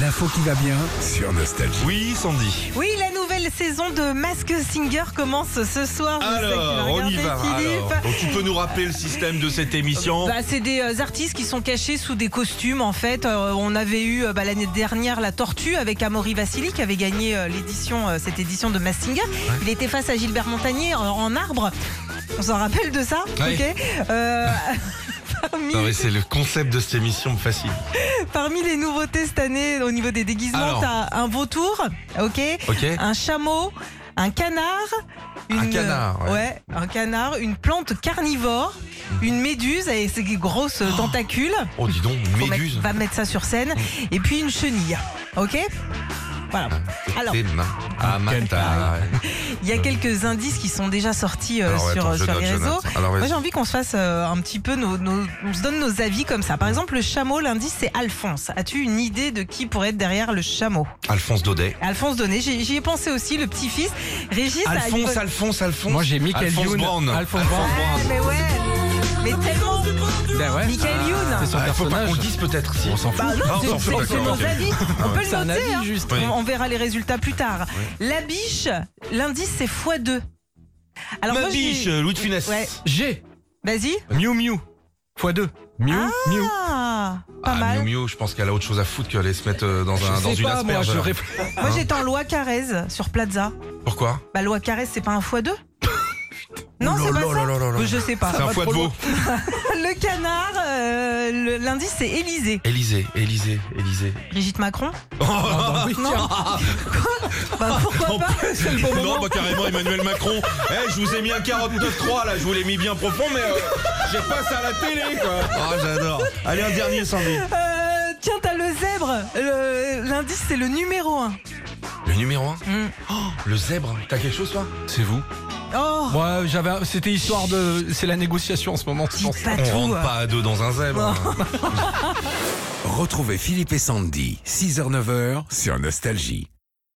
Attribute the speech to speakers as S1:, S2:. S1: L'info qui va bien.
S2: sur Nostalgie.
S3: Oui, Sandy.
S4: Oui, la nouvelle saison de Mask Singer commence ce soir. Je sais que tu vas
S3: Alors, on y
S4: regarder,
S3: va.
S4: Philippe.
S3: Alors, donc, tu peux nous rappeler le système de cette émission
S4: Bah, c'est des euh, artistes qui sont cachés sous des costumes en fait. Euh, on avait eu euh, bah, l'année dernière la Tortue avec Amaury Vassili qui avait gagné euh, l'édition euh, cette édition de Mask Singer. Il était face à Gilbert Montagnier en, en arbre. On s'en rappelle de ça,
S3: Ouais.
S4: ok Euh, parmi,
S3: Non, mais c'est le concept de cette émission facile.
S4: parmi les nouveautés cette année au niveau des déguisements,
S3: Alors.
S4: t'as un vautour, ok,
S3: Ok
S4: un chameau, un canard,
S3: Un canard, ouais.
S4: ouais. un canard, une plante carnivore, une méduse avec ses grosses tentacules.
S3: Oh, dis donc,
S4: Faut
S3: méduse. Mm.
S4: mettre- va mettre ça sur scène et puis une chenille. Ok. Voilà. Alors,
S3: Tes mains à ma
S1: Ah, Quel
S3: taille.
S4: il y a quelques indices qui sont déjà sortis euh,
S3: Alors,
S4: sur,
S3: attends, je
S4: sur
S3: note,
S4: les
S3: je
S4: réseaux.
S3: note. Alors, vas-y.
S4: Moi, j'ai envie qu'on se fasse euh, un petit peu nos, nos- on se donne nos avis comme
S3: Mm.
S4: ça. Par exemple, le chameau, l'indice, c'est Alphonse. As-tu une idée de qui pourrait être derrière le chameau
S3: Alphonse Daudet.
S4: Alphonse Donné, j'y j'y ai pensé aussi, le petit-fils. Régis a-
S3: Alphonse, Alphonse, Alphonse.
S1: Moi, j'ai Michael
S3: Alphonse
S1: Youn.
S3: Brand.
S1: Alphonse
S4: Ah, mais ouais. Mais tellement.
S1: Ben ouais.
S4: Michael Youn.
S1: C'est son
S3: Ah, il faut pas
S1: personnage.
S3: qu'on le dise peut-être. si.
S1: On s'en fout.
S4: Bah non,
S3: Ah, on
S4: c'est-
S3: s'en fout,
S4: c'est- c'est
S3: d'accord, ok.
S4: nos avis. On peut le
S1: C'est un
S4: noter.
S1: avis
S4: hein.
S1: juste.
S3: Oui.
S4: On, on verra les résultats plus tard. La biche, l'indice c'est x2. Alors
S3: Ma
S4: moi, je dis-
S3: biche, Louis de Funès.
S4: Ouais.
S1: G.
S4: Vas-y.
S1: Miu Miu. x2. Miu Miu.
S4: Ah, pas
S3: Ah,
S4: mal.
S3: Miu Miu, je pense qu'elle a autre chose à foutre qu'aller se mettre euh, dans, un,
S1: Je
S3: dans
S1: sais
S3: une
S1: pas, moi,
S3: asperge.
S1: je
S3: alors.
S1: réfléchis.
S3: Ah.
S4: Moi j'étais en loi Carrez sur Plaza.
S3: Pourquoi
S4: Bah loi Carrez c'est pas un x2 Non, c'est
S3: Oh là
S4: pas
S3: là
S4: ça.
S3: là là là.
S4: Je sais pas.
S3: C'est un foie de veau.
S4: Le canard, euh, le- l'indice c'est Élysée.
S3: Élysée, Élysée, Élysée.
S4: Brigitte Macron
S1: Ah, bah oui, tiens.
S4: Bah pourquoi pas
S3: Non, bah carrément Emmanuel Macron. Eh, je vous ai mis un 49-3 là, je vous l'ai mis bien profond, mais euh, j'ai pas ça à la télé quoi. Oh, j'adore. Allez, un dernier Sandy.
S4: Euh, Tiens, t'as le zèbre. Le- L'indice c'est le numéro 1.
S3: Le numéro 1 Oh, Le zèbre. T'as quelque chose toi
S1: C'est vous.
S4: Oh,
S1: Moi, j'avais. un- C'était histoire de. C'est la négociation en ce moment. je
S4: dis
S1: pense.
S4: pas
S3: On
S4: tout. hein.
S3: rentre pas à deux dans un zèbre.
S2: Retrouvez Philippe et Sandy, 6h-9h sur Nostalgie.